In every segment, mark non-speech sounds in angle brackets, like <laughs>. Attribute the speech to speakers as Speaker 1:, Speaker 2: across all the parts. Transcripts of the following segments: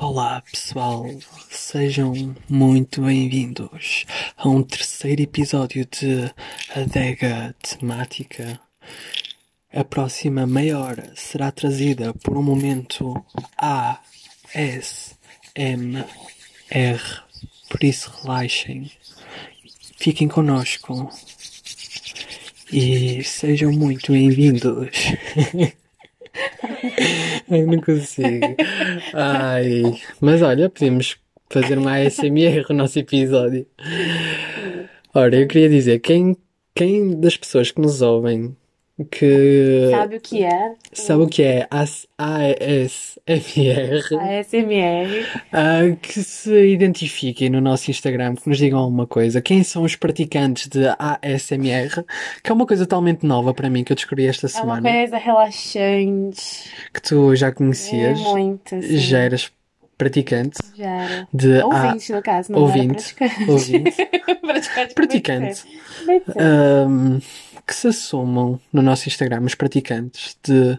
Speaker 1: Olá pessoal, sejam muito bem-vindos a um terceiro episódio de Adega Temática. A próxima meia hora será trazida por um momento ASMR, por isso relaxem, fiquem connosco e sejam muito bem-vindos. <laughs> Ai, não consigo. Ai. Mas olha, podemos fazer uma ASMR o nosso episódio. Ora, eu queria dizer, quem, quem das pessoas que nos ouvem que
Speaker 2: Sabe o que é?
Speaker 1: sabe o que é AS ASMR,
Speaker 2: A SMR.
Speaker 1: ah, que se identifiquem no nosso Instagram, que nos digam alguma coisa. Quem são os praticantes de ASMR? Que é uma coisa totalmente nova para mim que eu descobri esta
Speaker 2: É uma
Speaker 1: semana,
Speaker 2: coisa relaxante.
Speaker 1: que tu já
Speaker 2: É
Speaker 1: conhecias.
Speaker 2: muito, assim.
Speaker 1: Já eras praticante
Speaker 2: Já era.
Speaker 1: de A-
Speaker 2: Ouvinte, no caso, não
Speaker 1: Ah, ouvinte,
Speaker 2: era praticante. <laughs>
Speaker 1: ouvinte.
Speaker 2: praticante.
Speaker 1: Praticante.
Speaker 2: como é que é? Como é que é?
Speaker 1: ahm, que se assumam no nosso Instagram os praticantes de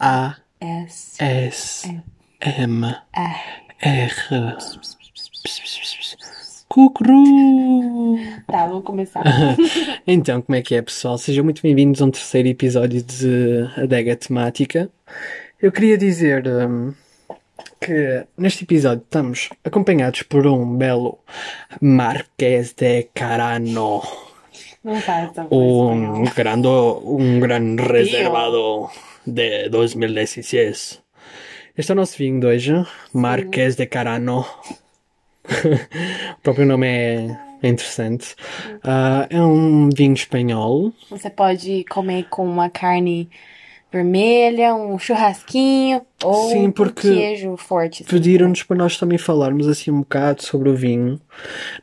Speaker 1: A,
Speaker 2: é S.
Speaker 1: S, M,
Speaker 2: A.
Speaker 1: R. Cucru!
Speaker 2: Tá,
Speaker 1: <laughs>
Speaker 2: vou começar.
Speaker 1: Então, como é que é, pessoal? Sejam muito bem-vindos a um terceiro episódio de Adega Temática. Eu queria dizer hum, que neste episódio estamos acompanhados por um belo Marquês de Carano,
Speaker 2: Não faz tão
Speaker 1: um grande, um grande reservado
Speaker 2: reservado
Speaker 1: de 2016. Este é o nosso vinho de hoje, Marquês de Carano. <laughs> o próprio nome é é interessante. Ah, é um vinho espanhol.
Speaker 2: Você pode comer com uma carne vermelha, um churrasquinho ou
Speaker 1: Sim,
Speaker 2: um
Speaker 1: porque um-
Speaker 2: queijo forte. assim.
Speaker 1: Pediram-nos para nós também falarmos assim um bocado sobre o vinho.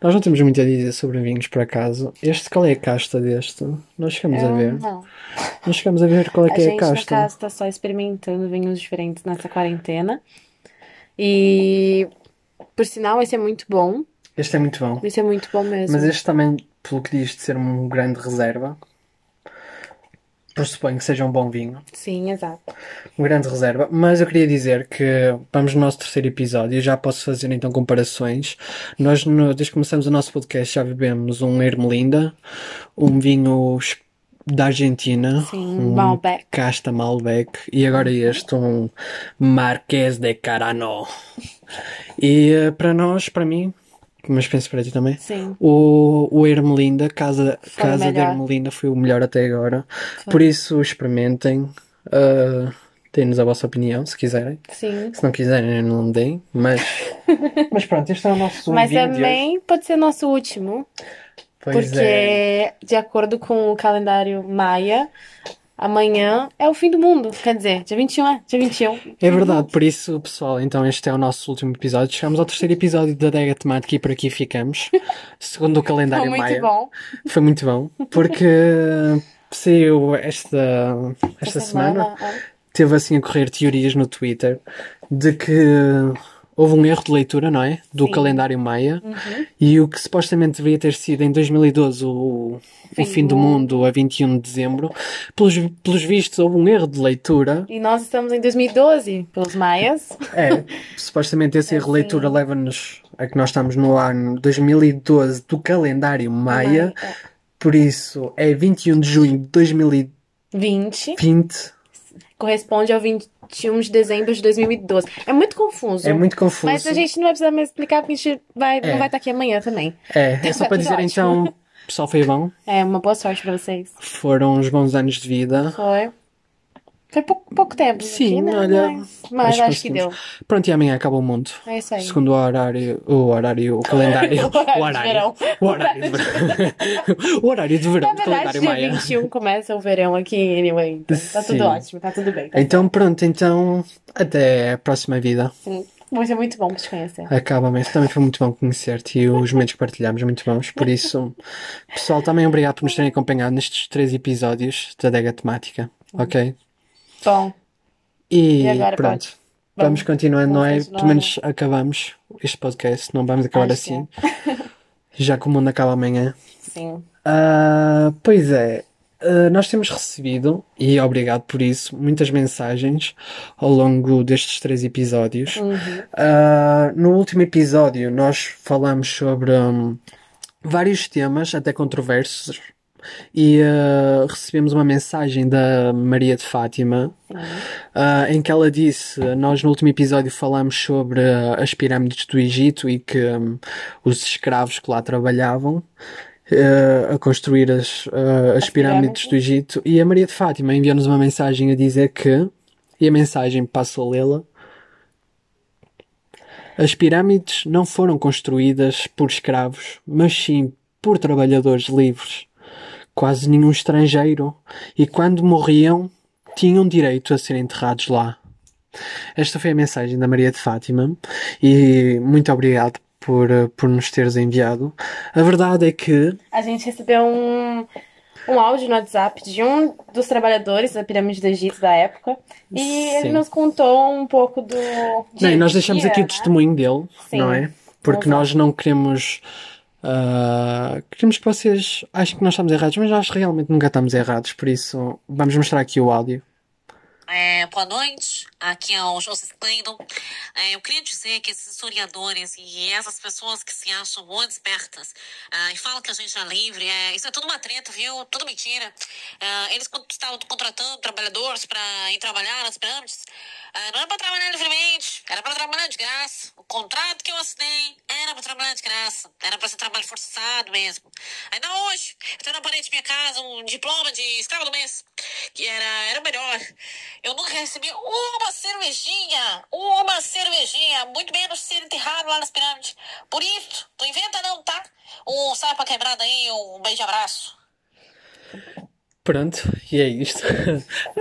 Speaker 1: Nós não temos muito a dizer sobre vinhos, por acaso. Este, qual é a casta deste? Nós chegamos a
Speaker 2: Eu-
Speaker 1: ver.
Speaker 2: Não.
Speaker 1: Nós chegamos a ver qual é
Speaker 2: A
Speaker 1: que é a
Speaker 2: gente, no
Speaker 1: casta.
Speaker 2: caso, tá só experimentando vinhos diferentes nessa quarentena. E, por sinal, esse é muito bom.
Speaker 1: Este é muito bom.
Speaker 2: Esse é muito bom mesmo.
Speaker 1: Mas este também, pelo que diz de ser um grande reserva, pressuponho que seja um bom vinho.
Speaker 2: Sim, exato.
Speaker 1: Um grande reserva. Mas eu queria dizer que vamos no nosso terceiro episódio. Eu já posso fazer então comparações. Nós, no- desde que começamos o nosso podcast, já bebemos um Ermelinda, um vinho es- da Argentina,
Speaker 2: Sim,
Speaker 1: um
Speaker 2: Malbec.
Speaker 1: Casta Malbec e agora este, um Marquês de Carano. E eh, para nós, para mim, mas penso para ti também.
Speaker 2: Sim.
Speaker 1: O, o Ermelinda, Casa,
Speaker 2: Foi o
Speaker 1: casa de
Speaker 2: melhor.
Speaker 1: Ermelinda foi o melhor até agora. Por isso, experimentem. Uh, Deem-nos a vossa opinião, se quiserem.
Speaker 2: Sim.
Speaker 1: Se não quiserem, não deem.
Speaker 2: <laughs>
Speaker 1: Mas, mas pronto, este é o nosso
Speaker 2: Mas
Speaker 1: vídeo.
Speaker 2: também pode ser nosso último,
Speaker 1: Pois
Speaker 2: porque,
Speaker 1: é.
Speaker 2: de acordo com o calendário maia, amanhã é o fim do mundo. Quer dizer, dia 21 é? Dia 21.
Speaker 1: É verdade, por isso, pessoal, então este é o nosso último episódio. Chegamos ao terceiro episódio da Dega Temática e por aqui ficamos.
Speaker 2: <laughs>
Speaker 1: Segundo o calendário
Speaker 2: Então, muito
Speaker 1: Maia.
Speaker 2: bom.
Speaker 1: Foi muito bom, porque uh, saiu esta, esta semana.
Speaker 2: ó.
Speaker 1: teve assim a correr teorias no Twitter de que houve um erro de leitura, não é? Do
Speaker 2: Sim.
Speaker 1: calendário Maia.
Speaker 2: Uhum.
Speaker 1: E o que supostamente deveria ter sido em 2012 o, o fim do mundo, a 21 de dezembro, pelos, pelos vistos houve um erro de
Speaker 2: <laughs>
Speaker 1: leitura.
Speaker 2: E nós estamos em 2012, pelos maias.
Speaker 1: É, supostamente esse erro de
Speaker 2: Assim.
Speaker 1: leitura leva-nos a que nós estamos no ano 2012 do calendário Maia.
Speaker 2: Maia.
Speaker 1: Por isso é 21 de junho de 2020.
Speaker 2: 20 corresponde ao 21 de dezembro de 2012. É muito confuso.
Speaker 1: É muito confuso.
Speaker 2: Mas a gente não vai precisar mais explicar porque a gente vai,
Speaker 1: É.
Speaker 2: não vai estar aqui amanhã também.
Speaker 1: É, é só para dizer
Speaker 2: Ótimo. <laughs>
Speaker 1: então, pessoal, foi bom.
Speaker 2: É, uma boa sorte pra vocês.
Speaker 1: Foram uns bons anos de vida.
Speaker 2: Foi. Foi pouco, pouco tempo.
Speaker 1: Sim,
Speaker 2: aqui, né?
Speaker 1: olha,
Speaker 2: Mas, mas acho, que deu.
Speaker 1: conseguimos. Pronto, e amanhã acaba o mundo.
Speaker 2: É isso aí.
Speaker 1: Segundo o horário, o horário, <laughs> o calendário,
Speaker 2: <laughs> O horário de verão.
Speaker 1: o horário de verão, <laughs> o horário de verão
Speaker 2: Na
Speaker 1: do
Speaker 2: verdade,
Speaker 1: calendário
Speaker 2: dia
Speaker 1: Maia.
Speaker 2: 21 começa o verão aqui, anyway. Então, tá
Speaker 1: Sim.
Speaker 2: tudo ótimo, tá tudo bem.
Speaker 1: Então, pronto, então, até a próxima vida.
Speaker 2: Sim. Vai ser muito bom te conhecer.
Speaker 1: Acaba mesmo. Também foi muito bom conhecer-te e os momentos que partilhámos, muito bons. Por isso, pessoal, também obrigado por nos terem acompanhado nestes três episódios da Dega Temática,
Speaker 2: Uhum.
Speaker 1: ok?
Speaker 2: Bom,
Speaker 1: E,
Speaker 2: E agora,
Speaker 1: pronto. Vamos,
Speaker 2: vamos.
Speaker 1: continuando, não
Speaker 2: Vamos
Speaker 1: é?
Speaker 2: continuar,
Speaker 1: Pelo menos acabamos este podcast, não vamos acabar
Speaker 2: Acho
Speaker 1: <laughs>
Speaker 2: que é.
Speaker 1: assim. Já que o mundo acaba amanhã.
Speaker 2: Sim.
Speaker 1: Ah, pois é. Uh, nós temos recebido, e obrigado por isso, muitas mensagens ao longo destes três episódios.
Speaker 2: Uhum.
Speaker 1: Uh, no último episódio, nós falamos sobre hum, vários temas, até controversos, e uh, recebemos uma mensagem da Maria de Fátima, ah, em que ela disse: Nós no último episódio falamos sobre ah, as pirâmides do Egito e que hum, os escravos que lá trabalhavam eh, a construir as, ah, as pirâmides
Speaker 2: pirâmides.
Speaker 1: do Egito. E a Maria de Fátima enviou-nos uma mensagem a dizer que, e a mensagem passo a lê-la. As pirâmides não foram construídas por escravos, mas sim por trabalhadores livres quase nenhum estrangeiro, e quando morriam, tinham direito a ser enterrados lá. Esta foi a mensagem da Maria de Fátima e muito obrigado por, eh, por nos teres enviado. A verdade é que
Speaker 2: A gente recebeu um, um áudio no WhatsApp de um dos trabalhadores da pirâmide do Egito da época. E ele
Speaker 1: Sim.
Speaker 2: nos contou um pouco do. de-
Speaker 1: Não, e nós deixamos
Speaker 2: de-
Speaker 1: aqui o
Speaker 2: né?
Speaker 1: testemunho dele,
Speaker 2: Sim.
Speaker 1: não é? Porque
Speaker 2: Exato.
Speaker 1: nós não queremos. ah, queremos que vocês achem que nós estamos errados, mas nós realmente nunca estamos errados, por isso vamos mostrar aqui o áudio.
Speaker 3: É, boa noite, aqui é o José Clayton. É, eu queria dizer que esses historiadores e essas pessoas que se acham muito espertas ah, e falam que a gente é livre, é, isso é tudo uma treta, viu? Tudo mentira. Ah, eles quando estavam contratando trabalhadores para ir trabalhar nas pirâmides, ah, não era para trabalhar livremente, era para trabalhar de graça. O contrato que eu assinei né, era para trabalhar de graça, era para ser trabalho forçado mesmo. Ainda hoje, eu tenho na parede de minha casa um diploma de escravo do mês, que era, era o melhor. Eu nunca recebi uma cervejinha, uma cervejinha, muito menos ser enterrado lá nas pirâmides. Por isso, não inventa não, tá? Um saiba quebrada aí, um beijo e abraço.
Speaker 1: Pronto, e é isto. <laughs>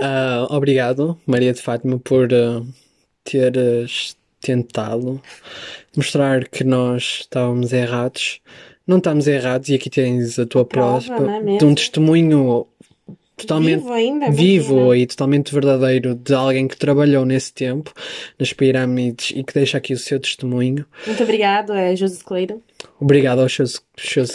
Speaker 1: Ah, obrigado, Maria de Fátima, por ah, teres tentado mostrar que nós estávamos errados. Não estamos errados, e aqui tens a tua
Speaker 2: Prova,
Speaker 1: prova
Speaker 2: não é mesmo?
Speaker 1: de um testemunho totalmente
Speaker 2: Vivo ainda?
Speaker 1: vivo
Speaker 2: imagina.
Speaker 1: e totalmente verdadeiro de alguém que trabalhou nesse tempo nas pirâmides e que deixa aqui o seu testemunho.
Speaker 2: Muito obrigado, é José Cleiton.
Speaker 1: Obrigado ao Shows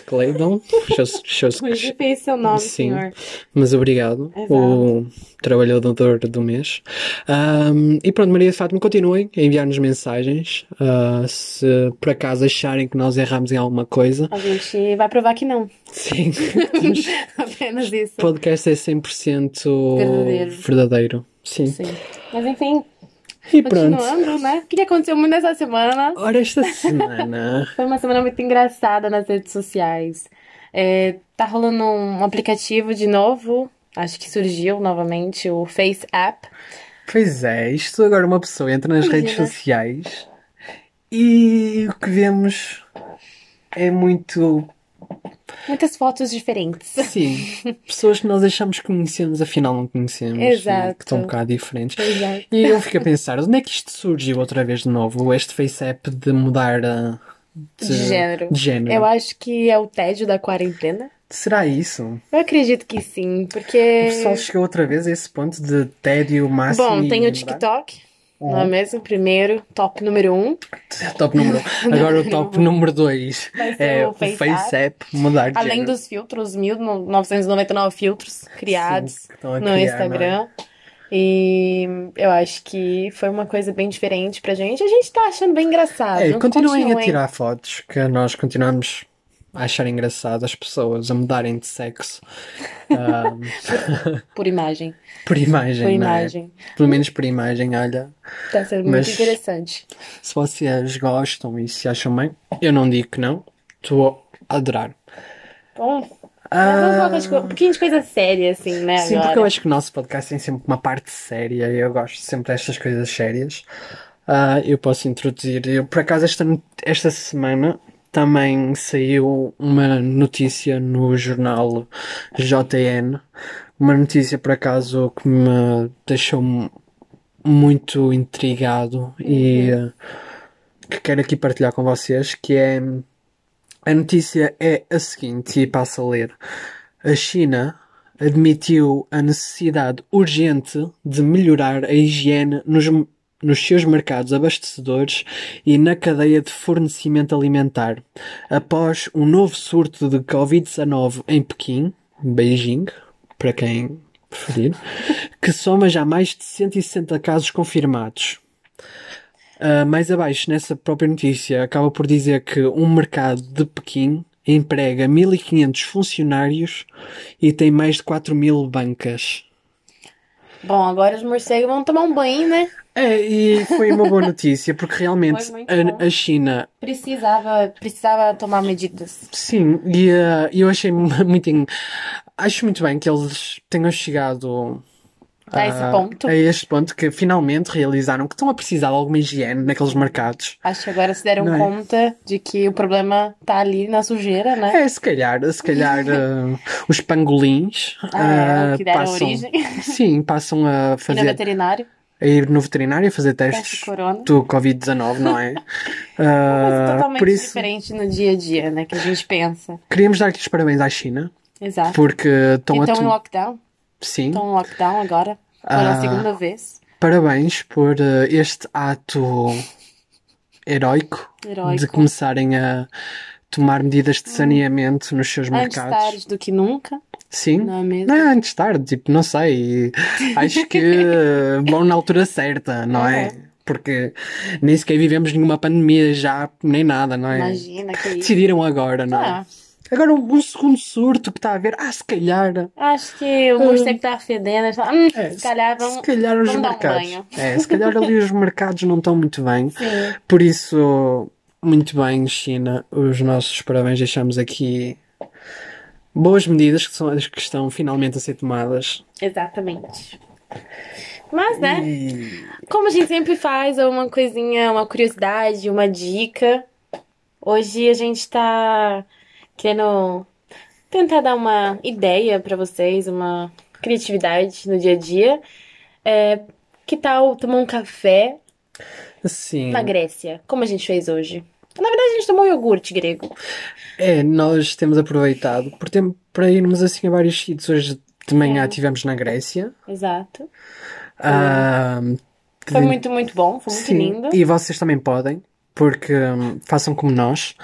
Speaker 2: <laughs>
Speaker 1: Claydon, Shows- Shows-
Speaker 2: Foi difícil seu nome,
Speaker 1: Sim.
Speaker 2: senhor. É
Speaker 1: Mas obrigado,
Speaker 2: Exato.
Speaker 1: o trabalhador do mês. Ahm, e pronto, Maria de Fátima, continuem a enviar-nos mensagens. ah, se por acaso acharem que nós erramos em alguma coisa,
Speaker 2: A gente vai provar que não. <laughs>
Speaker 1: sim,
Speaker 2: Apenas isso.
Speaker 1: o podcast é 100%
Speaker 2: Verdadeiro.
Speaker 1: verdadeiro. Sim.
Speaker 2: Sim. Mas enfim,
Speaker 1: E pronto.
Speaker 2: continuando, né? O que aconteceu muito essa semana?
Speaker 1: Ora, esta
Speaker 2: <laughs>
Speaker 1: semana.
Speaker 2: Foi uma semana muito engraçada nas redes sociais. É, tá rolando um aplicativo de novo, acho que surgiu novamente, o Face App.
Speaker 1: Pois é, isto agora uma pessoa entra nas
Speaker 2: Imagina.
Speaker 1: redes sociais e o que vemos é muito
Speaker 2: Muitas fotos diferentes.
Speaker 1: Sim, pessoas que nós achamos que conhecemos, afinal não conhecemos,
Speaker 2: Exato.
Speaker 1: e que estão um bocado diferentes.
Speaker 2: Pois é.
Speaker 1: E eu fico a pensar, onde é que isto surgiu outra vez de novo? Este face app de mudar ah, de,
Speaker 2: De género.
Speaker 1: de género.
Speaker 2: Eu acho que é o tédio da quarentena.
Speaker 1: Será isso?
Speaker 2: Eu acredito que sim,
Speaker 1: O
Speaker 2: porque.
Speaker 1: pessoal chegou outra vez a esse ponto de tédio máximo
Speaker 2: É. Bom,
Speaker 1: e
Speaker 2: tem o
Speaker 1: mudar?
Speaker 2: TikTok,
Speaker 1: Uhum.
Speaker 2: não é mesmo? Primeiro, top número um.
Speaker 1: <laughs> Top número
Speaker 2: <laughs>
Speaker 1: um. Agora o top número 2
Speaker 2: Vai ser
Speaker 1: é
Speaker 2: o Face
Speaker 1: app né? mudar de
Speaker 2: Além
Speaker 1: género.
Speaker 2: dos filtros, 1999 filtros criados.
Speaker 1: Sim, que estão a
Speaker 2: no
Speaker 1: criar, não é?
Speaker 2: Instagram. E eu acho que foi uma coisa bem diferente pra gente. A gente tá achando bem engraçado.
Speaker 1: É,
Speaker 2: Não
Speaker 1: continuem a tirar fotos, que nós continuamos a achar engraçado as pessoas a mudarem de sexo ah,
Speaker 2: Por imagem.
Speaker 1: por imagem,
Speaker 2: Por
Speaker 1: não é?
Speaker 2: imagem.
Speaker 1: Pelo menos por imagem, olha.
Speaker 2: Tá sendo muito
Speaker 1: Mas-
Speaker 2: interessante.
Speaker 1: Se vocês gostam e se acham bem, eu não digo que não, estou a adorar.
Speaker 2: Bom, mas vamos falar de co- um pouquinho de coisa séria, assim, né?
Speaker 1: Ah. Sim, porque
Speaker 2: agora.
Speaker 1: eu acho que o nosso podcast tem sempre uma parte séria e eu gosto sempre destas coisas sérias. Ah, eu posso introduzir. Eu, por acaso, esta, no- esta semana também saiu uma notícia no jornal JN. Uma notícia, por acaso, que me deixou mu- muito intrigado e
Speaker 2: Uhum.
Speaker 1: eh, que quero aqui partilhar com vocês, que é... A notícia é a seguinte, e passo a ler. A China admitiu a necessidade urgente de melhorar a higiene nos, nos seus mercados abastecedores e na cadeia de fornecimento alimentar, após um novo surto de Covid-19 em Pequim, Beijing, para quem preferir, que soma já mais de 160 casos confirmados. Ah, mais abaixo, nessa própria notícia, acaba por dizer que um mercado de Pequim emprega 1500 funcionários e tem mais de 4000 bancas.
Speaker 2: Bom, agora os morcegos vão tomar um banho, né?
Speaker 1: É, e foi uma boa notícia, porque realmente
Speaker 2: Foi muito bom.
Speaker 1: a, a China,
Speaker 2: Precisava, precisava tomar medidas.
Speaker 1: sim, e ah, eu achei muito. en- Acho muito bem que eles tenham chegado
Speaker 2: A esse
Speaker 1: ah,
Speaker 2: ponto.
Speaker 1: a este ponto que finalmente realizaram que estão a precisar de alguma higiene naqueles mercados.
Speaker 2: Acho que agora se deram
Speaker 1: Não é?
Speaker 2: conta de que o problema tá ali na sujeira, né?
Speaker 1: É, se calhar, se
Speaker 2: <laughs>
Speaker 1: calhar ah, os pangolins
Speaker 2: Ah, é,
Speaker 1: ah,
Speaker 2: o que deram
Speaker 1: passam,
Speaker 2: origem.
Speaker 1: <laughs> sim, passam a
Speaker 2: E no
Speaker 1: fazer,
Speaker 2: veterinário,
Speaker 1: a ir no veterinário a fazer
Speaker 2: peste
Speaker 1: testes
Speaker 2: corona.
Speaker 1: do Covid-19, não
Speaker 2: <laughs>
Speaker 1: é?
Speaker 2: Coisa
Speaker 1: Ah,
Speaker 2: totalmente
Speaker 1: por isso,
Speaker 2: diferente no dia a dia, né? Que a gente pensa.
Speaker 1: queríamos dar aqui os parabéns à China,
Speaker 2: Exato.
Speaker 1: porque estão a
Speaker 2: Ah. Então, em
Speaker 1: tomar.
Speaker 2: lockdown.
Speaker 1: Sim,
Speaker 2: Então, em lockdown agora. Pela
Speaker 1: Ah.
Speaker 2: segunda vez.
Speaker 1: parabéns por eh, este ato heroico de
Speaker 2: Heróico. Hum.
Speaker 1: começarem a tomar medidas de saneamento nos seus
Speaker 2: Antes
Speaker 1: mercados.
Speaker 2: tarde do que nunca,
Speaker 1: Sim.
Speaker 2: não é mesmo?
Speaker 1: Não, antes tarde, tipo, não sei. Acho
Speaker 2: <laughs>
Speaker 1: que eh, vão na altura certa, não é? Porque nem sequer vivemos nenhuma pandemia já, nem nada, não é?
Speaker 2: Imagina que isso.
Speaker 1: Decidiram agora, não é?
Speaker 2: Ah,
Speaker 1: Agora um, um segundo surto que está a haver, ah, se calhar.
Speaker 2: acho que o morcego tá fedendo. eles falam, Hum,
Speaker 1: Ah. É,
Speaker 2: se calhar
Speaker 1: se
Speaker 2: vão.
Speaker 1: calhar os
Speaker 2: vão dar um
Speaker 1: mercados.
Speaker 2: banho.
Speaker 1: É, se calhar ali os mercados não estão muito bem.
Speaker 2: <laughs> Sim.
Speaker 1: Por isso, muito bem, China, os nossos parabéns. Deixamos aqui boas medidas que são as que estão finalmente a ser tomadas.
Speaker 2: Exatamente. Mas, né?
Speaker 1: E
Speaker 2: Como a gente sempre faz, é uma coisinha, uma curiosidade, uma dica. Hoje a gente tá querendo tentar dar uma ideia pra vocês, uma criatividade no dia a dia. É, que tal tomar um café
Speaker 1: assim,
Speaker 2: na Grécia, como a gente fez hoje? Na verdade, a gente tomou iogurte grego.
Speaker 1: é, nós temos aproveitado por tem- para irmos assim a vários sítios. Hoje de manhã
Speaker 2: É.
Speaker 1: estivemos na Grécia.
Speaker 2: Exato.
Speaker 1: Ah,
Speaker 2: Foi
Speaker 1: de-
Speaker 2: muito, muito bom, foi muito
Speaker 1: Sim,
Speaker 2: lindo.
Speaker 1: e vocês também podem, porque hum, façam como nós.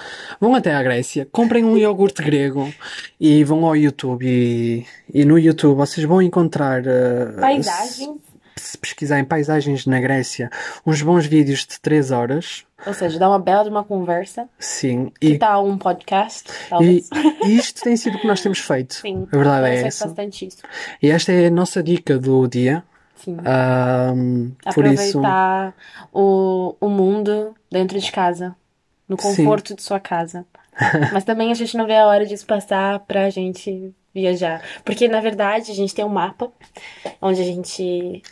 Speaker 1: Vão até à Grécia, comprem um iogurte <laughs> grego e vão ao YouTube. E, e no YouTube vocês vão encontrar, uh,
Speaker 2: Paisagem,
Speaker 1: se, se pesquisarem paisagens na Grécia, uns bons vídeos de 3 horas.
Speaker 2: ou seja, dá uma bela de uma conversa.
Speaker 1: Sim,
Speaker 2: Que
Speaker 1: e,
Speaker 2: tal um podcast,
Speaker 1: e,
Speaker 2: talvez?
Speaker 1: e isto tem sido o que nós temos feito.
Speaker 2: Sim,
Speaker 1: A verdade é
Speaker 2: Faz
Speaker 1: essa.
Speaker 2: bastante isso.
Speaker 1: E esta é a nossa dica do dia.
Speaker 2: Sim.
Speaker 1: Ah, hum, por isso,
Speaker 2: Aproveitar o, o mundo dentro de casa, no
Speaker 1: Sim.
Speaker 2: conforto de
Speaker 1: <laughs>
Speaker 2: sua casa. Mas também a gente não vê a hora disso passar pra gente viajar. Porque, na verdade, a gente tem um mapa onde a gente.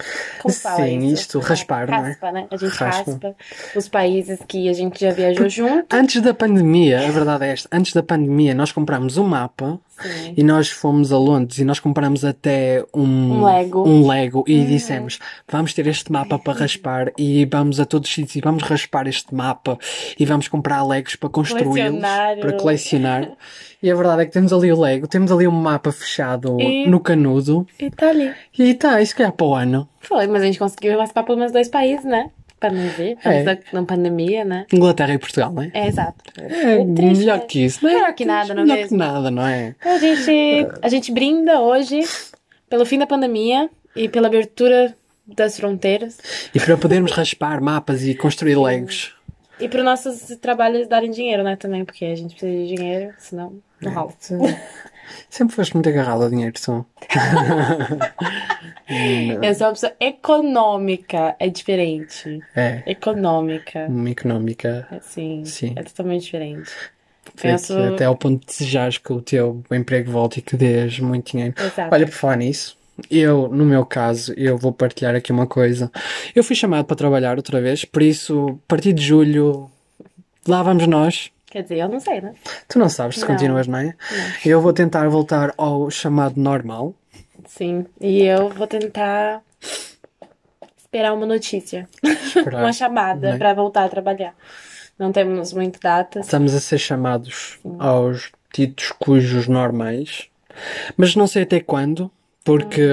Speaker 2: Como fala
Speaker 1: Sim,
Speaker 2: isso?
Speaker 1: isto, raspar, não é?
Speaker 2: Raspa, né? A gente
Speaker 1: Raspa.
Speaker 2: raspa os países que a gente já
Speaker 1: <laughs>
Speaker 2: viajou junto.
Speaker 1: antes da pandemia, a verdade é esta, antes da pandemia nós comprámos um mapa.
Speaker 2: Sim.
Speaker 1: E nós fomos a Londres e nós compramos até um,
Speaker 2: Um Lego. Uhum.
Speaker 1: um Lego e dissemos: vamos ter este mapa para raspar e vamos a todos os sítios e vamos raspar este mapa e vamos comprar Legos para construí-los,
Speaker 2: Colecionar.
Speaker 1: para colecionar. E a verdade é que temos ali o Lego, temos ali um mapa fechado
Speaker 2: E-
Speaker 1: no canudo
Speaker 2: E tá ali.
Speaker 1: e tá, isso que é para o ano.
Speaker 2: Foi, mas a gente conseguiu raspar pelo menos dois países, né? Pra não ver.
Speaker 1: É.
Speaker 2: Estamos na pandemia, né?
Speaker 1: Inglaterra e Portugal, não é?
Speaker 2: É, exato.
Speaker 1: É,
Speaker 2: é triste,
Speaker 1: melhor
Speaker 2: né?
Speaker 1: que isso, não é?
Speaker 2: Melhor que nada, não é
Speaker 1: Melhor que
Speaker 2: mesmo?
Speaker 1: nada, não é?
Speaker 2: Então, A gente, a gente brinda hoje pelo fim da pandemia e pela abertura das fronteiras
Speaker 1: E para podermos raspar mapas e construir Legos.
Speaker 2: e para nossos trabalhos darem dinheiro, né, também, porque a gente precisa de dinheiro, senão
Speaker 1: É.
Speaker 2: não rola.
Speaker 1: Sempre foste muito agarrado ao dinheiro, tu.
Speaker 2: Eu sou uma pessoa econômica, é diferente.
Speaker 1: É,
Speaker 2: Econômica,
Speaker 1: uma económica.
Speaker 2: assim,
Speaker 1: Sim.
Speaker 2: é totalmente diferente.
Speaker 1: Até-
Speaker 2: Penso,
Speaker 1: Até ao ponto de desejares que o teu emprego volte e que dês muito dinheiro.
Speaker 2: exato.
Speaker 1: Olha, por falar nisso, eu, no meu caso, eu vou partilhar aqui uma coisa. Eu fui chamado para trabalhar outra vez, por isso, a partir de julho, lá vamos nós.
Speaker 2: Quer dizer, eu não sei, né?
Speaker 1: Tu não sabes se
Speaker 2: Não.
Speaker 1: continuas, não é? Eu vou tentar voltar ao chamado
Speaker 2: <laughs>
Speaker 1: normal.
Speaker 2: Sim, e eu vou tentar esperar uma notícia,
Speaker 1: Esperar,
Speaker 2: uma chamada
Speaker 1: né?
Speaker 2: para voltar a trabalhar. Não temos muito datas.
Speaker 1: Estamos a ser chamados aos ditos cujos normais, mas não sei até quando, porque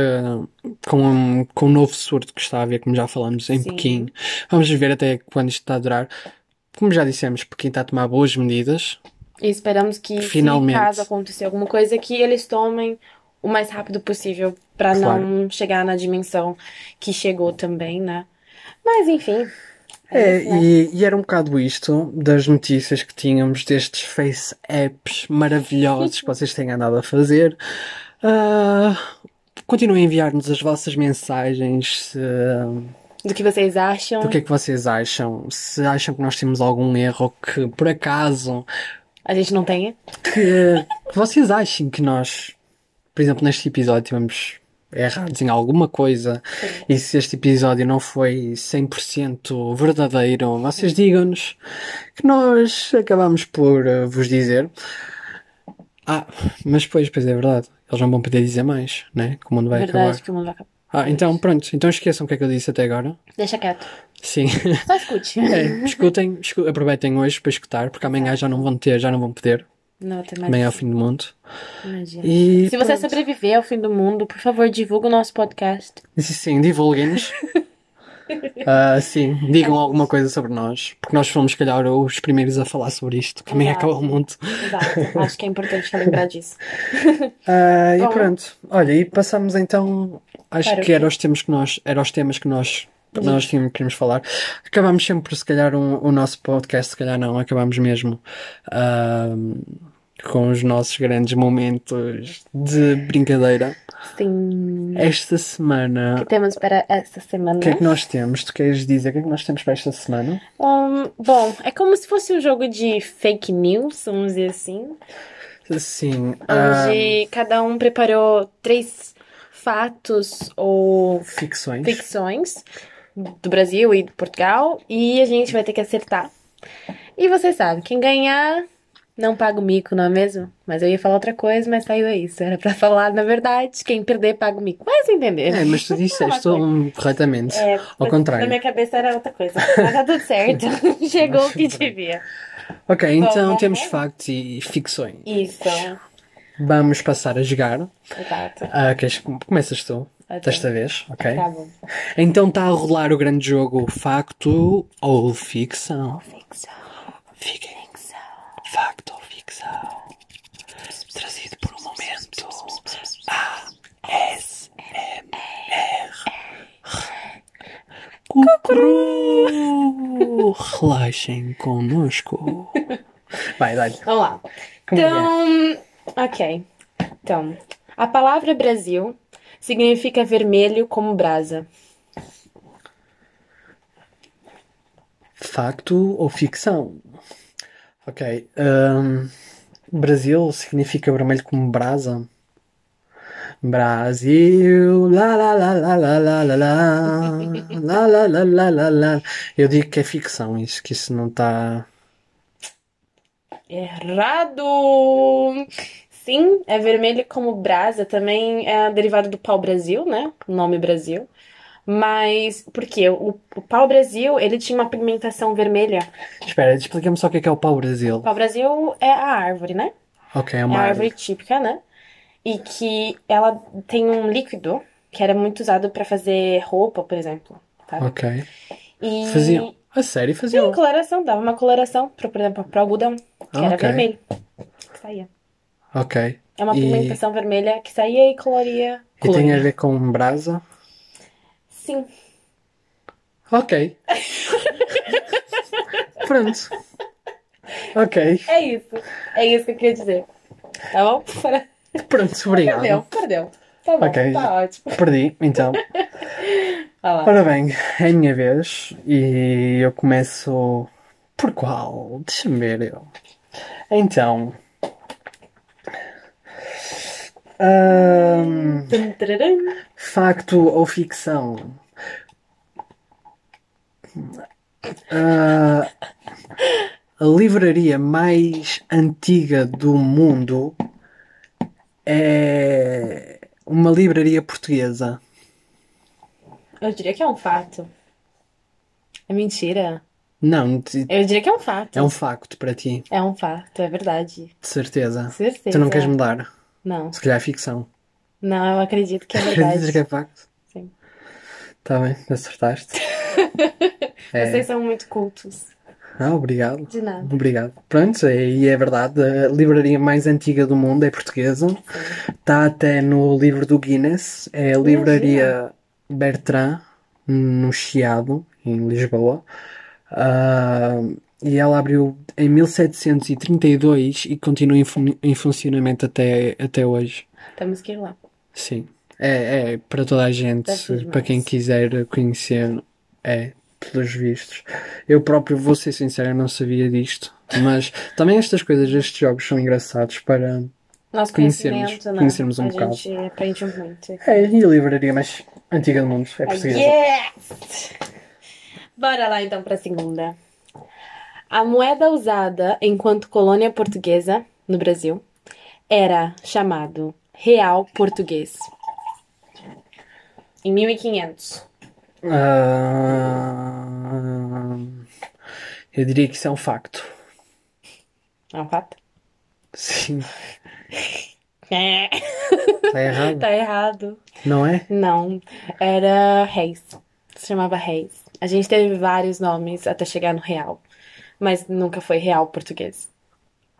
Speaker 1: com, com o novo surto que está a haver, como já falamos, em
Speaker 2: Sim.
Speaker 1: Pequim, vamos ver até quando isto está a durar. Como já dissemos, Pequim está a tomar boas medidas.
Speaker 2: E esperamos que, se
Speaker 1: Finalmente.
Speaker 2: caso acontecer alguma coisa, que eles tomem o o mais rápido possível para
Speaker 1: Claro.
Speaker 2: não chegar na dimensão que chegou também, né? Mas enfim,
Speaker 1: É,
Speaker 2: isso, né?
Speaker 1: e, e era um bocado isto das notícias que tínhamos destes face apps maravilhosos que vocês têm andado a fazer. Ah, continuem a enviar-nos as vossas mensagens, se,
Speaker 2: do que vocês acham?
Speaker 1: do que é que vocês acham, se acham que nós temos algum erro que, por acaso,
Speaker 2: A gente não tem?
Speaker 1: que vocês achem que nós, por exemplo, neste episódio tivemos errados em alguma coisa e se este episódio não foi 100% verdadeiro, vocês digam-nos que nós acabamos por eh, vos dizer. Ah, mas pois, pois é verdade. Eles não vão poder dizer mais, né? Que o mundo vai
Speaker 2: Verdade
Speaker 1: acabar.
Speaker 2: que o mundo vai acabar.
Speaker 1: Ah, então pronto. Então esqueçam o que é que eu disse até agora.
Speaker 2: Deixa quieto.
Speaker 1: Sim.
Speaker 2: Só
Speaker 1: <laughs>
Speaker 2: escute.
Speaker 1: É, escutem, escu- aproveitem hoje para escutar, porque amanhã já não vão ter, já não vão poder.
Speaker 2: Não tem mais.
Speaker 1: Amanhã é o fim do mundo.
Speaker 2: Imagina.
Speaker 1: E
Speaker 2: Se você
Speaker 1: pronto.
Speaker 2: sobreviver ao fim do mundo, por favor, divulga o nosso podcast.
Speaker 1: Sim, Sim,
Speaker 2: <laughs>
Speaker 1: divulguem-nos. Ah, sim, digam alguma coisa sobre nós, porque nós fomos, se calhar, os primeiros a falar sobre isto, que nem
Speaker 2: Exato.
Speaker 1: acaba o mundo. <laughs>
Speaker 2: Exato. Acho que é importante lembrar disso.
Speaker 1: Ah, e
Speaker 2: Bom.
Speaker 1: pronto, olha, e passamos então, acho
Speaker 2: Para o
Speaker 1: que
Speaker 2: quê?
Speaker 1: era os temas que nós, era os temas que nós, nós tínhamos, queríamos falar. Acabámos sempre, se calhar, um- o nosso podcast, se calhar não, acabámos mesmo ah, com os nossos grandes momentos de brincadeira.
Speaker 2: Sim.
Speaker 1: Esta semana,
Speaker 2: O que temos para esta semana?
Speaker 1: o que é que nós temos? Tu queres dizer o que é que nós temos para esta semana?
Speaker 2: Hum, bom, é como se fosse um jogo de fake news, vamos dizer assim.
Speaker 1: Sim, ah,
Speaker 2: Onde cada um preparou três fatos ou
Speaker 1: ficções.
Speaker 2: ficções do Brasil e de Portugal. E a gente vai ter que acertar. E você sabe, quem ganhar não paga o mico, não é mesmo? Mas eu ia falar outra coisa, mas saiu isso. Era pra falar, na verdade, quem perder paga o mico. Mas
Speaker 1: É,
Speaker 2: entender.
Speaker 1: mas tu
Speaker 2: <laughs>
Speaker 1: disseste um, corretamente.
Speaker 2: É,
Speaker 1: Ao
Speaker 2: Na
Speaker 1: contrário.
Speaker 2: minha cabeça era outra coisa. Mas tá tudo certo.
Speaker 1: <laughs>
Speaker 2: <laughs> Chegou o que devia.
Speaker 1: Ok, então
Speaker 2: Bom,
Speaker 1: temos
Speaker 2: vamos
Speaker 1: factos e ficções.
Speaker 2: Isso.
Speaker 1: Vamos passar a jogar.
Speaker 2: Exato.
Speaker 1: Ah, queres- começas tu,
Speaker 2: Ok.
Speaker 1: desta vez, ok?
Speaker 2: Tá bom.
Speaker 1: Então está a rolar o grande jogo facto ou ficção.
Speaker 2: Ficção.
Speaker 1: Fiquem. Facto ou ficção. Trazido por um momento. A-S-M-R. Cucru. Relaxem <laughs> connosco. Vai, vai.
Speaker 2: Vamos lá.
Speaker 1: Como
Speaker 2: Então, ok. Então, a palavra Brasil significa vermelho como brasa.
Speaker 1: Facto ou ficção? Ok. hum, Brasil significa vermelho como brasa. Brasil, lá lá lá lá lá lá lá lá lá lá lá lá lá lá. Eu digo que é ficção isso, que isso não tá- está.
Speaker 2: Errado! Sim, é vermelho como brasa. Também é derivado do pau-brasil, né? O nome Brasil. Mas, por quê? O, o pau-brasil, ele tinha uma pigmentação vermelha.
Speaker 1: Espera, explica-me só o que é que é o pau-brasil.
Speaker 2: O pau-brasil é a árvore, né?
Speaker 1: Ok, é
Speaker 2: É
Speaker 1: uma
Speaker 2: uma
Speaker 1: árvore.
Speaker 2: árvore típica, né? E que ela tem um líquido que era muito usado pra fazer roupa, por exemplo. Sabe?
Speaker 1: Ok.
Speaker 2: E
Speaker 1: Faziam. A sério,
Speaker 2: Sim,
Speaker 1: faziam.
Speaker 2: coloração, dava uma coloração, pra, por exemplo, pro algodão, que era
Speaker 1: Ah, Ok.
Speaker 2: vermelho. Que saía.
Speaker 1: Ok.
Speaker 2: É uma
Speaker 1: E-
Speaker 2: pigmentação vermelha que saía e coloria.
Speaker 1: E tem a
Speaker 2: coloria.
Speaker 1: ver com brasa?
Speaker 2: Sim. <laughs>
Speaker 1: Ok. Pronto. Ok.
Speaker 2: É isso. É isso que eu queria dizer. Tá bom?
Speaker 1: Pronto, obrigado.
Speaker 2: Perdeu, perdeu. Tá bom,
Speaker 1: Ok.
Speaker 2: tá ótimo.
Speaker 1: Perdi, então.
Speaker 2: Olha lá.
Speaker 1: Ora bem, é a minha vez e eu começo por qual? Deixa-me ver eu. Então. Ahm,
Speaker 2: Tum, tararam.
Speaker 1: facto ou ficção? Ah, a livraria mais antiga do mundo é uma livraria portuguesa.
Speaker 2: Eu diria que é um fato. É mentira.
Speaker 1: Não, t-
Speaker 2: Eu diria que é um fato.
Speaker 1: é um facto para ti,
Speaker 2: É um fato, é verdade.
Speaker 1: de certeza.
Speaker 2: Certeza.
Speaker 1: Tu não queres mudar?
Speaker 2: Não,
Speaker 1: Se calhar é ficção.
Speaker 2: não, eu acredito que
Speaker 1: <laughs>
Speaker 2: é
Speaker 1: Dizes que
Speaker 2: verdade.
Speaker 1: é facto?
Speaker 2: Sim. <laughs>
Speaker 1: Tá bem, acertaste. É.
Speaker 2: é Vocês são muito cultos.
Speaker 1: Ah, obrigado.
Speaker 2: De nada.
Speaker 1: Obrigado. Pronto, e é verdade, a livraria mais antiga do mundo é portuguesa. Está até no livro do Guinness. É a livraria Bertrand, no Chiado, em Lisboa. Ah, e ela abriu em 1732 e continua em, fun- em funcionamento até, até hoje.
Speaker 2: Temos que ir lá.
Speaker 1: Sim. É, é para toda a gente,
Speaker 2: Deve ser
Speaker 1: para quem
Speaker 2: demais.
Speaker 1: quiser conhecer, é, pelos vistos. Eu próprio vou ser sincero, eu não sabia disto. Mas também estas coisas, estes jogos são engraçados para.
Speaker 2: Nosso
Speaker 1: Conhecermos-
Speaker 2: conhecimento, né?
Speaker 1: conhecermos um
Speaker 2: a
Speaker 1: bocado.
Speaker 2: gente aprende um muito.
Speaker 1: É, e a livraria mais antiga do mundo, é portuguesa.
Speaker 2: Yes! Bora lá então para a segunda. A moeda usada enquanto colônia portuguesa no Brasil era chamado real português. Em 1500.
Speaker 1: Ah, eu diria que isso é um facto.
Speaker 2: É um fato?
Speaker 1: Sim,
Speaker 2: É,
Speaker 1: está errado,
Speaker 2: tá errado.
Speaker 1: não é?
Speaker 2: Não, era reis. Se chamava reis. A gente teve vários nomes até chegar no real, mas nunca foi real português.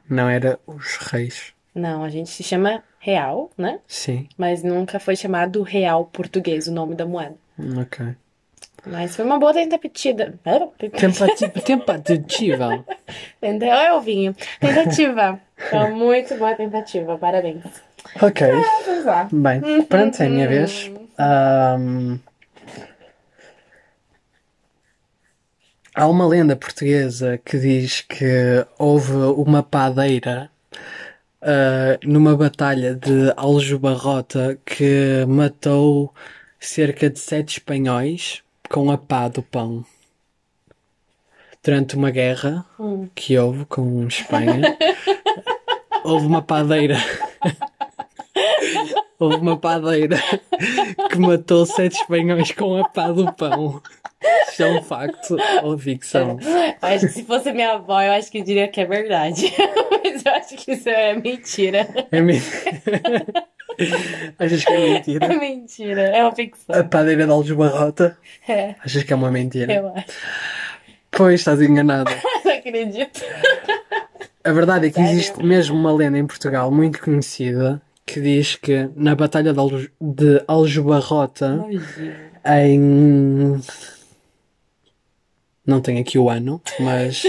Speaker 1: Não era os reis.
Speaker 2: Não, a gente se chama real, né?
Speaker 1: Sim,
Speaker 2: mas nunca foi chamado real português o nome da moeda.
Speaker 1: ok.
Speaker 2: Mas foi uma boa tentativa.
Speaker 1: Tentativa, tentativa.
Speaker 2: Entendeu? É o vinho. Tentativa. Foi muito boa tentativa. Parabéns.
Speaker 1: Ok.
Speaker 2: Ah, Vamos lá. Uhum.
Speaker 1: Bem, pronto, é a minha vez. Ahm, há uma lenda portuguesa que diz que houve uma padeira ah, numa batalha de Aljubarrota que matou cerca de sete espanhóis com a pá do pão. Durante uma guerra
Speaker 2: Hum.
Speaker 1: que houve com Espanha,
Speaker 2: <laughs>
Speaker 1: houve uma padeira. Houve uma padeira que matou sete espanhóis com a pá do pão. Isto é um facto ou ficção?
Speaker 2: Eu acho que se fosse minha avó, eu acho que eu diria que é verdade. <laughs> Mas eu acho que isso é mentira.
Speaker 1: É me... Achas que é mentira?
Speaker 2: É mentira. É uma ficção.
Speaker 1: A padeira de Aljubarrota?
Speaker 2: É,
Speaker 1: Achas que é uma mentira?
Speaker 2: eu acho.
Speaker 1: Pois, estás enganada.
Speaker 2: Não acredito.
Speaker 1: A verdade é que existe mesmo uma lenda em Portugal muito conhecida que diz que na Batalha de Alju- de Aljubarrota, em. Não tenho aqui o ano, mas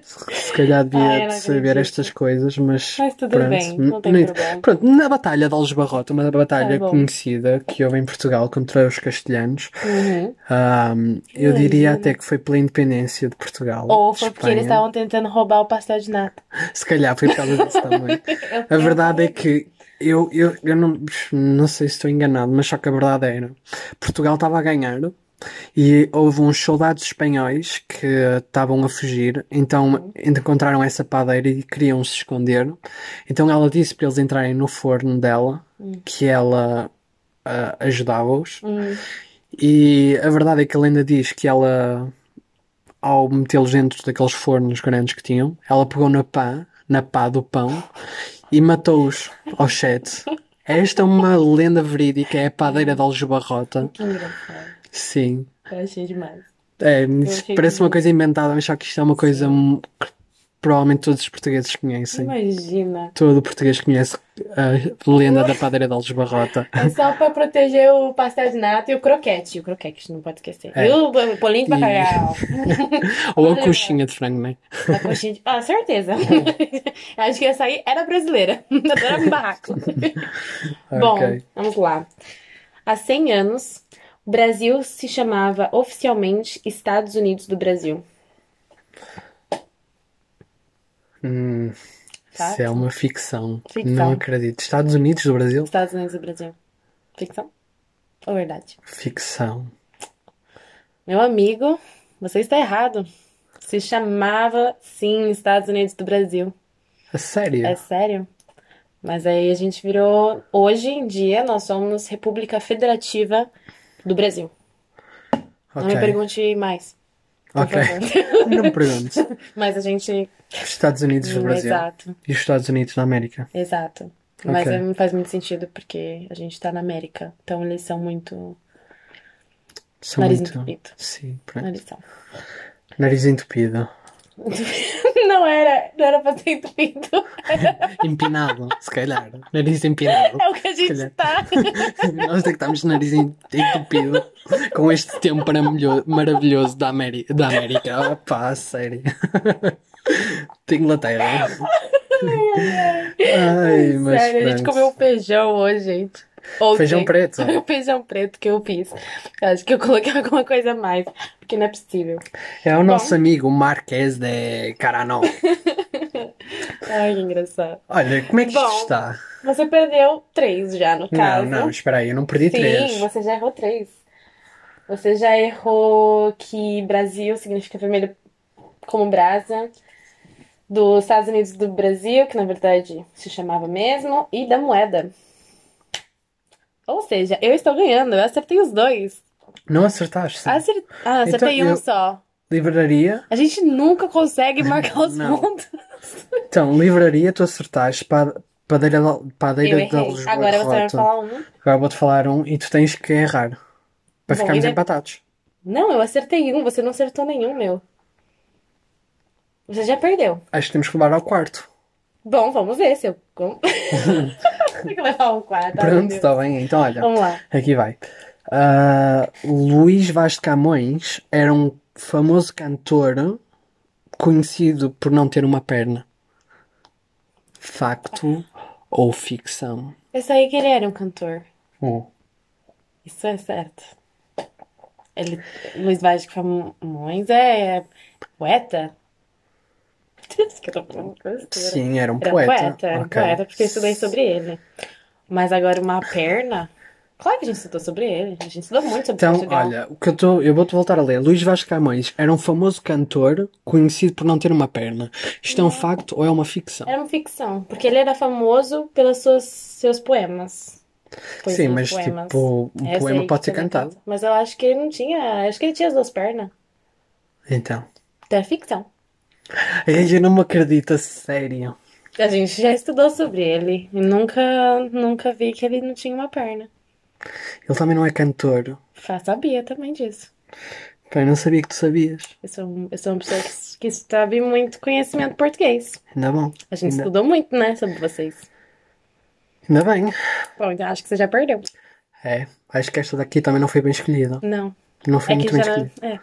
Speaker 1: se calhar devia
Speaker 2: Ai, Ah, eu não
Speaker 1: saber
Speaker 2: acredito.
Speaker 1: estas coisas, mas
Speaker 2: Mas tudo
Speaker 1: pronto.
Speaker 2: bem, não tem
Speaker 1: Nem-
Speaker 2: problema.
Speaker 1: Pronto, na Batalha de Aljubarrota, uma batalha
Speaker 2: Tá bom.
Speaker 1: conhecida que houve em Portugal contra os castelhanos,
Speaker 2: Uhum.
Speaker 1: ahm, eu
Speaker 2: Ai,
Speaker 1: diria
Speaker 2: gente.
Speaker 1: até que foi pela independência de Portugal,
Speaker 2: Ou
Speaker 1: de
Speaker 2: foi porque eles
Speaker 1: Espanha.
Speaker 2: estavam tentando roubar o pastel de nata.
Speaker 1: Se calhar foi por causa disso também.
Speaker 2: <laughs> Eu
Speaker 1: A
Speaker 2: tenho
Speaker 1: verdade é que eu, eu, eu não, não sei se estou enganado, mas só que a verdade era: Portugal estava a ganhar e houve uns soldados espanhóis que estavam a fugir, então
Speaker 2: Uhum.
Speaker 1: encontraram essa padeira e queriam se esconder. Então ela disse para eles entrarem no forno dela, que ela ah, ajudava-os.
Speaker 2: Hum.
Speaker 1: E a verdade é que a lenda diz que ela, ao metê-los dentro daqueles fornos grandes que tinham, ela pegou na pá, na pá do pão, e matou-os aos sete. Esta é uma lenda verídica, é a padeira de Aljubarrota.
Speaker 2: Que engraçado.
Speaker 1: Sim.
Speaker 2: Eu achei demais.
Speaker 1: É,
Speaker 2: achei
Speaker 1: parece
Speaker 2: que-
Speaker 1: uma coisa inventada, mas só que isto é uma coisa que provavelmente todos os portugueses conhecem.
Speaker 2: Imagina.
Speaker 1: Todo o português conhece a lenda da padeira de
Speaker 2: <laughs>
Speaker 1: Aljubarrota.
Speaker 2: É só pra proteger o pastel de nata e o croquete. O croquete, não pode esquecer.
Speaker 1: É.
Speaker 2: E o bo- bolinho de
Speaker 1: E-
Speaker 2: bacalhau.
Speaker 1: Ou a coxinha de frango, não é?
Speaker 2: A coxinha de... Ah, certeza. <laughs> Acho que essa aí era brasileira. <laughs> Era um barraco. Bom,
Speaker 1: Ok.
Speaker 2: vamos lá. Há 100 anos, o Brasil se chamava oficialmente Estados Unidos do Brasil.
Speaker 1: Hum,
Speaker 2: Tá?
Speaker 1: isso é uma ficção.
Speaker 2: Ficção.
Speaker 1: Não acredito. Estados Unidos do Brasil?
Speaker 2: Estados Unidos do Brasil. Ficção? Ou verdade?
Speaker 1: Ficção.
Speaker 2: Meu amigo, você está errado. Se chamava, sim, Estados Unidos do Brasil.
Speaker 1: A sério?
Speaker 2: É sério? Mas aí a gente virou. Hoje em dia, nós somos República Federativa do Brasil. Não me
Speaker 1: Ok.
Speaker 2: pergunte mais, por
Speaker 1: Ok.
Speaker 2: favor.
Speaker 1: <laughs> Não me perguntes.
Speaker 2: Mas a gente.
Speaker 1: Estados Unidos do Brasil.
Speaker 2: Exato,
Speaker 1: E os Estados Unidos da América.
Speaker 2: exato. Mas
Speaker 1: Ok.
Speaker 2: não faz muito sentido porque a gente está na América. Então eles são muito.
Speaker 1: São
Speaker 2: Nariz
Speaker 1: muito.
Speaker 2: entupido.
Speaker 1: Sim, pronto.
Speaker 2: Eles são. <laughs>
Speaker 1: Nariz entupido.
Speaker 2: Não era, não era pra ser entupido.
Speaker 1: Empinado, se calhar. Nariz empinado.
Speaker 2: É o que a gente
Speaker 1: Calhar. <laughs>
Speaker 2: tá.
Speaker 1: Nós é que estamos de nariz en- entupido com este tempo maravilho- maravilhoso da, Ameri- da América. Opa, a sério. Da Inglaterra. Ai, mas
Speaker 2: Sério, a gente
Speaker 1: pronto.
Speaker 2: comeu um feijão hoje, gente. Ontem.
Speaker 1: Feijão preto.
Speaker 2: <laughs> Feijão preto que eu fiz. Eu acho que eu coloquei <laughs> alguma coisa a mais, porque não é possível.
Speaker 1: É o nosso amigo Marquês de Caranó.
Speaker 2: Ai, que engraçado.
Speaker 1: Olha, como é que isto
Speaker 2: Bom,
Speaker 1: está?
Speaker 2: Você perdeu três já, no caso.
Speaker 1: Não, não, espera aí, eu não perdi
Speaker 2: Sim,
Speaker 1: três.
Speaker 2: você já errou três. Você já errou que Brasil significa vermelho como brasa. Dos Estados Unidos do Brasil, que na verdade se chamava mesmo, e da moeda. Ou seja, eu estou ganhando, eu acertei os dois.
Speaker 1: Não acertaste.
Speaker 2: Acer- Ah, acertei
Speaker 1: Então,
Speaker 2: um
Speaker 1: eu-
Speaker 2: só.
Speaker 1: Livraria.
Speaker 2: A gente nunca consegue marcar os
Speaker 1: Não.
Speaker 2: pontos.
Speaker 1: Então, livraria, tu acertaste. Pa- Padeira, da-
Speaker 2: Eu
Speaker 1: padeira da
Speaker 2: errei.
Speaker 1: Lisboa.
Speaker 2: Agora você vai
Speaker 1: errou-te.
Speaker 2: falar um.
Speaker 1: Agora vou-te falar um e tu tens que errar. Para
Speaker 2: Bom,
Speaker 1: ficarmos
Speaker 2: e de-
Speaker 1: empatados.
Speaker 2: Não, eu acertei um, você não acertou nenhum, meu. Você já perdeu.
Speaker 1: Acho que temos que levar ao quarto.
Speaker 2: Bom, vamos ver se eu. com- <laughs> Tem que levar um quarto. ai, meu
Speaker 1: Pronto,
Speaker 2: Deus.
Speaker 1: está bem. Então, olha,
Speaker 2: Vamos lá.
Speaker 1: aqui vai. Ah, Luís Vaz de Camões era um famoso cantor conhecido por não ter uma perna. Facto ou ficção?
Speaker 2: Eu sabia que ele era um cantor.
Speaker 1: Hum.
Speaker 2: Isso é certo. Ele... Luiz Vaz de Camões é poeta? Acho que eu tô falando besteira.
Speaker 1: Sim, era um
Speaker 2: Era
Speaker 1: poeta.
Speaker 2: poeta, era um
Speaker 1: Ok.
Speaker 2: poeta, porque eu estudei sobre ele. Mas agora uma perna? Claro que a gente estudou sobre ele. A gente estudou muito sobre
Speaker 1: Então,
Speaker 2: Portugal.
Speaker 1: olha, o que eu tô, eu vou-te voltar a ler. Luís Vaz de Camões era um famoso cantor conhecido por não ter uma perna. Isto é um facto ou é uma ficção?
Speaker 2: Era uma ficção, porque ele era famoso pelos seus, seus poemas. Poesias,
Speaker 1: Sim, mas
Speaker 2: poemas.
Speaker 1: tipo, um
Speaker 2: É, eu
Speaker 1: poema
Speaker 2: sei
Speaker 1: pode
Speaker 2: que
Speaker 1: ser
Speaker 2: também
Speaker 1: cantado.
Speaker 2: canta. Mas eu acho que ele não tinha. Acho que ele tinha as duas pernas.
Speaker 1: Então.
Speaker 2: Então é ficção.
Speaker 1: Ai, eu não me acredito, a sério.
Speaker 2: A gente já estudou sobre ele. E nunca, nunca vi que ele não tinha uma perna.
Speaker 1: Ele também não é cantor.
Speaker 2: Fa- Sabia também disso.
Speaker 1: Pá, eu não sabia que tu sabias.
Speaker 2: Eu sou, um- eu sou uma pessoa que, que sabe muito conhecimento português.
Speaker 1: Ainda bom.
Speaker 2: A gente
Speaker 1: Ainda,
Speaker 2: estudou muito, né, sobre vocês.
Speaker 1: ainda bem.
Speaker 2: Bom, então acho que você já perdeu.
Speaker 1: É, acho que esta daqui também não foi bem escolhida.
Speaker 2: Não.
Speaker 1: Não foi
Speaker 2: É que
Speaker 1: muito bem
Speaker 2: já.
Speaker 1: escolhida.
Speaker 2: É,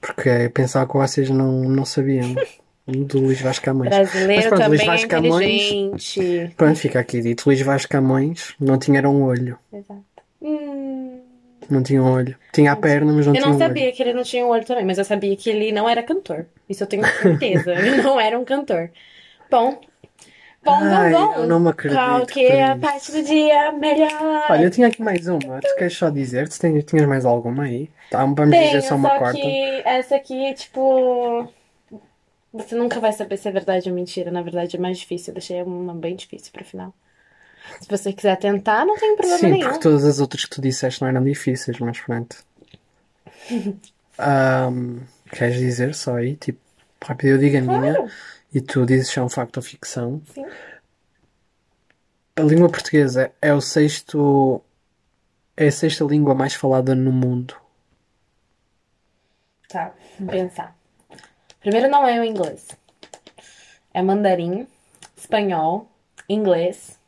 Speaker 1: Porque eu pensava que vocês não, não
Speaker 2: <laughs>
Speaker 1: sabiam do Luís Vaz de Camões. Mas
Speaker 2: brasileiro
Speaker 1: pronto, Luís
Speaker 2: também
Speaker 1: Vaz
Speaker 2: é
Speaker 1: de Camões-
Speaker 2: inteligente.
Speaker 1: Pronto, fica aqui dito. Luís Vaz de Camões não tinha era um olho.
Speaker 2: Exato. Hum,
Speaker 1: Não tinha um olho. Tinha a perna, mas não
Speaker 2: eu
Speaker 1: tinha
Speaker 2: não
Speaker 1: um
Speaker 2: sabia
Speaker 1: olho.
Speaker 2: que ele não tinha um olho também, mas eu sabia que ele não era cantor. Isso eu tenho
Speaker 1: <laughs>
Speaker 2: certeza. Ele não era um cantor. Bom, bom, bom,
Speaker 1: Ai,
Speaker 2: bom.
Speaker 1: eu não me acredito
Speaker 2: Qual que
Speaker 1: por
Speaker 2: é a
Speaker 1: isso.
Speaker 2: parte do dia melhor?
Speaker 1: Olha, eu tinha aqui mais uma. Tu queres só dizer? Tu tinhas, tinhas mais alguma aí? Tá, vamos dizer
Speaker 2: Tenho,
Speaker 1: só uma
Speaker 2: só
Speaker 1: quarta.
Speaker 2: que essa aqui, tipo. Você nunca vai saber se é verdade ou mentira. Na verdade, é mais difícil. Eu deixei uma bem difícil pro final. Se você quiser tentar, não tem problema
Speaker 1: Sim,
Speaker 2: nenhum.
Speaker 1: porque todas as outras que tu disseste não eram difíceis, mas
Speaker 2: <laughs>
Speaker 1: pronto. Ahm, queres dizer só aí? Tipo, rápido eu digo a minha
Speaker 2: Claro.
Speaker 1: e tu dizes se é um facto ou ficção.
Speaker 2: Sim.
Speaker 1: A língua portuguesa é o sexto. É a sexta língua mais falada no mundo.
Speaker 2: Tá, vamos pensar. Primeiro não é o inglês. É mandarim, espanhol, inglês.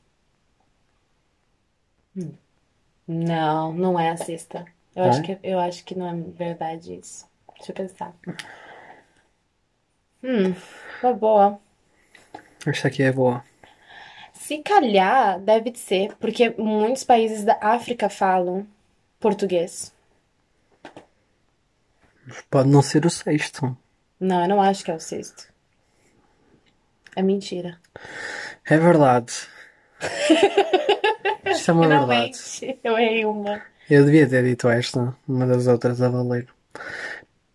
Speaker 2: Hum. Não, não é a sexta. Eu
Speaker 1: Não
Speaker 2: acho
Speaker 1: é?
Speaker 2: que, eu acho que não é verdade isso. Deixa eu pensar. Hum, uma boa.
Speaker 1: Esta aqui é boa.
Speaker 2: Se calhar, deve de ser, porque muitos países da África falam português.
Speaker 1: Pode não ser o sexto.
Speaker 2: Não, eu não acho que é o sexto. É mentira.
Speaker 1: É verdade. Isto é uma verdade.
Speaker 2: Finalmente, eu errei uma.
Speaker 1: Eu devia ter dito esta, uma das outras a valer.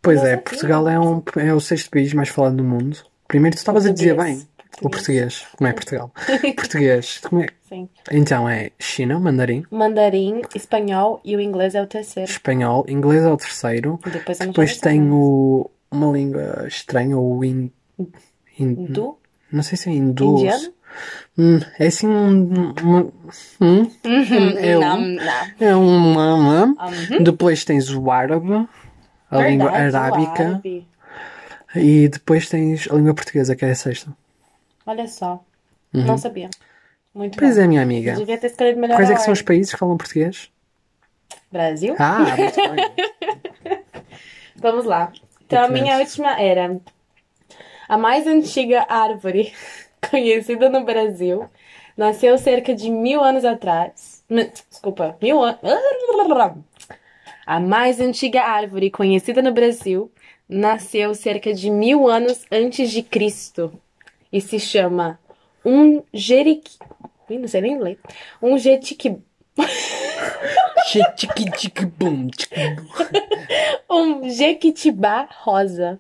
Speaker 1: Pois
Speaker 2: Não
Speaker 1: é,
Speaker 2: sabia.
Speaker 1: Portugal é, um, é o sexto país mais falado do mundo. Primeiro, tu estavas a dizer
Speaker 2: Português.
Speaker 1: bem o português, não é <laughs> Portugal. Português. Como é?
Speaker 2: Sim.
Speaker 1: Então é China, mandarim,
Speaker 2: Mandarim, espanhol e o inglês é o terceiro.
Speaker 1: espanhol, inglês é o terceiro.
Speaker 2: Depois eu não
Speaker 1: Depois
Speaker 2: sei mais
Speaker 1: tem
Speaker 2: nada.
Speaker 1: o, uma língua estranha, o in, in-
Speaker 2: Du,
Speaker 1: não sei se é hindu. ou se-
Speaker 2: indiano?
Speaker 1: Hum, é assim um. um- um- é
Speaker 2: Nam,
Speaker 1: um.
Speaker 2: nam.
Speaker 1: É um. um- um.
Speaker 2: Ah, uhum.
Speaker 1: Depois tens o árabe, a língua
Speaker 2: Verdade, o
Speaker 1: arábica.
Speaker 2: árabe.
Speaker 1: E depois tens a língua portuguesa, que é a sexta.
Speaker 2: Olha só. Não sabia. Muito
Speaker 1: Uhum. Pois
Speaker 2: bom.
Speaker 1: é, minha amiga.
Speaker 2: Devia ter escolhido melhor
Speaker 1: Quais
Speaker 2: a
Speaker 1: é que são os
Speaker 2: ordem.
Speaker 1: países que falam português?
Speaker 2: Brasil?
Speaker 1: Ah,
Speaker 2: <laughs>
Speaker 1: muito bem.
Speaker 2: Vamos lá. Então, a minha última era a mais antiga árvore <laughs> conhecida no Brasil. Nasceu cerca de mil anos atrás. Me- Desculpa, mil anos. <laughs> A mais antiga árvore conhecida no Brasil nasceu cerca de mil anos antes de Cristo e se chama um jeriqui. Ih, não sei nem ler. Um jetiqui.
Speaker 1: Tchic, tchic, tchic, bum, tchic, bum.
Speaker 2: Um jequitibá rosa.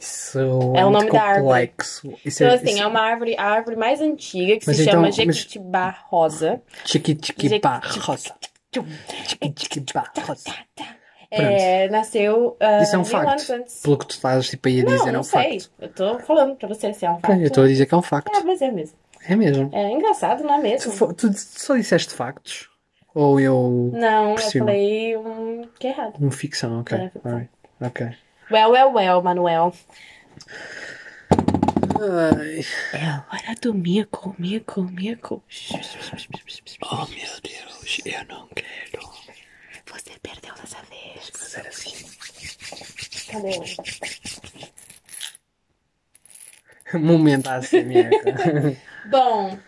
Speaker 1: Isso
Speaker 2: É o
Speaker 1: muito
Speaker 2: nome da árvore.
Speaker 1: complexo. Isso
Speaker 2: Então,
Speaker 1: é,
Speaker 2: assim,
Speaker 1: isso...
Speaker 2: é uma árvore, a árvore mais antiga que
Speaker 1: Mas
Speaker 2: se
Speaker 1: então-
Speaker 2: chama
Speaker 1: mas-
Speaker 2: Jequitibá rosa.
Speaker 1: Tchiqui, tchiqui,
Speaker 2: Jequi-
Speaker 1: pá, rosa. Tchiqui, tchiqui, pá, rosa.
Speaker 2: É, nasceu ah,
Speaker 1: Isso é um
Speaker 2: mil
Speaker 1: facto.
Speaker 2: anos antes.
Speaker 1: Pelo que tu estás tipo, aí a
Speaker 2: Não,
Speaker 1: dizer, é
Speaker 2: não
Speaker 1: um
Speaker 2: sei.
Speaker 1: facto.
Speaker 2: Eu tô falando pra você se é um
Speaker 1: Ok,
Speaker 2: facto.
Speaker 1: Eu estou a dizer que é um facto.
Speaker 2: É, mas é mesmo.
Speaker 1: É mesmo.
Speaker 2: É engraçado, não é
Speaker 1: Tu,
Speaker 2: mesmo?
Speaker 1: fo- tu só disseste factos? Ou eu.
Speaker 2: Não, eu
Speaker 1: Por cima.
Speaker 2: falei um que é errado.
Speaker 1: Um ficção, ok.
Speaker 2: É, ficção.
Speaker 1: alright, Ok.
Speaker 2: Well, well, well, Manuel.
Speaker 1: Ai.
Speaker 2: É a hora do mico, mico, mico.
Speaker 1: Oh meu Deus, eu não quero
Speaker 2: Você perdeu dessa vez.
Speaker 1: fazer assim.
Speaker 2: Cadê?
Speaker 1: Momento assim, minha. <laughs>
Speaker 2: Bom,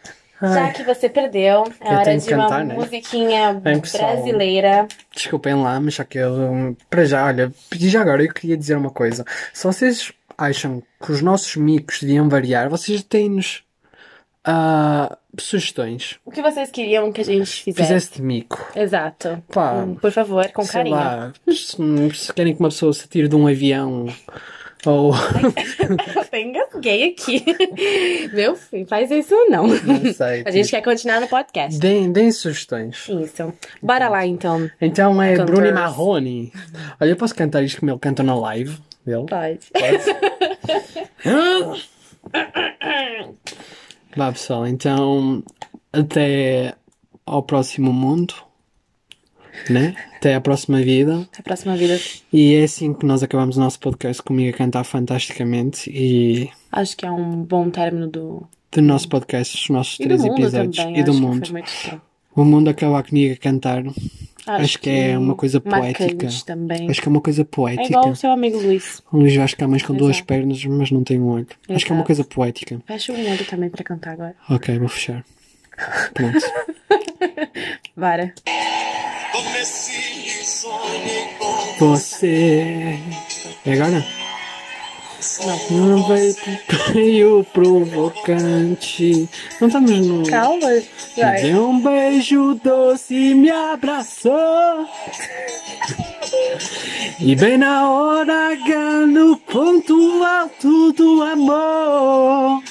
Speaker 2: já que você perdeu, é
Speaker 1: Eu
Speaker 2: hora
Speaker 1: tenho
Speaker 2: de
Speaker 1: que cantar,
Speaker 2: uma
Speaker 1: né?
Speaker 2: musiquinha
Speaker 1: Tem que só-
Speaker 2: brasileira.
Speaker 1: Desculpem lá, mas já que eu. hum, Para já, olha, pedi já agora, eu queria dizer uma coisa. Se vocês acham que os nossos micos deviam variar, vocês têm-nos ah, sugestões.
Speaker 2: O que vocês queriam que a gente fizesse?
Speaker 1: Fizesse de mico.
Speaker 2: Exato.
Speaker 1: Pá,
Speaker 2: Hum, Por favor, com
Speaker 1: sei
Speaker 2: carinho.
Speaker 1: lá, se, se querem que uma pessoa se tire de um avião ou.
Speaker 2: <laughs> Eu até engasguei aqui. <laughs> Meu filho, faz isso não.
Speaker 1: Não sei.
Speaker 2: A gente quer continuar no podcast.
Speaker 1: <laughs> Deem, deem sugestões.
Speaker 2: Isso. Bora lá então.
Speaker 1: Então é
Speaker 2: Cantores.
Speaker 1: Bruno e Marrone. Olha, eu posso cantar isto como ele canta na live dele?
Speaker 2: Pode.
Speaker 1: Vá pessoal, então até ao próximo mundo, né? Até à próxima vida.
Speaker 2: A próxima vida.
Speaker 1: E é assim que nós acabamos o nosso podcast comigo a cantar fantasticamente e
Speaker 2: Acho que é um bom término do.
Speaker 1: do nosso podcast, os nossos
Speaker 2: E do
Speaker 1: três
Speaker 2: mundo
Speaker 1: episódios
Speaker 2: também.
Speaker 1: e do
Speaker 2: acho que
Speaker 1: mundo.
Speaker 2: foi muito bom.
Speaker 1: O mundo acaba comigo a cantar. Acho,
Speaker 2: Acho,
Speaker 1: que, é uma coisa
Speaker 2: marcante
Speaker 1: poética.
Speaker 2: também.
Speaker 1: Acho que é uma coisa
Speaker 2: É
Speaker 1: poética.
Speaker 2: igual o seu amigo Luiz.
Speaker 1: Um Luís Vasco Camões com duas
Speaker 2: Exato.
Speaker 1: pernas, mas não tem um olho. Acho que é uma
Speaker 2: Exato.
Speaker 1: coisa poética.
Speaker 2: Fecha um olho também pra cantar agora.
Speaker 1: Ok, vou fechar. Pronto.
Speaker 2: Bora.
Speaker 4: Comecei, sonhei com
Speaker 1: Você. É agora?
Speaker 2: Não.
Speaker 1: Não vai pro meio provocante. Não estamos no.
Speaker 2: Calma.
Speaker 1: Me
Speaker 2: Vai.
Speaker 1: deu um beijo doce e me abraçou. E bem na hora H, no ponto alto do amor.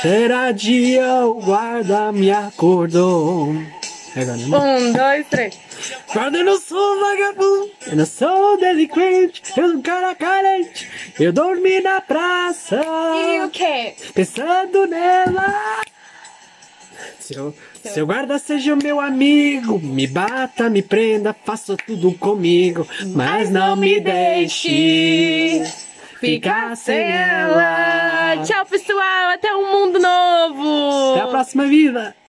Speaker 1: Será dia o guarda me acordou. É agora, né?
Speaker 2: Um, dois, três.
Speaker 1: Guarda, eu não sou vagabundo, eu não sou delinquente, eu sou um cara carente. Eu dormi na praça,
Speaker 2: E o quê?
Speaker 1: pensando nela. Seu, seu guarda seja o meu amigo, me bata, me prenda, faça tudo comigo, mas não me deixe ficar sem ela.
Speaker 2: Tchau, pessoal. Até um mundo novo.
Speaker 1: Até a próxima vida.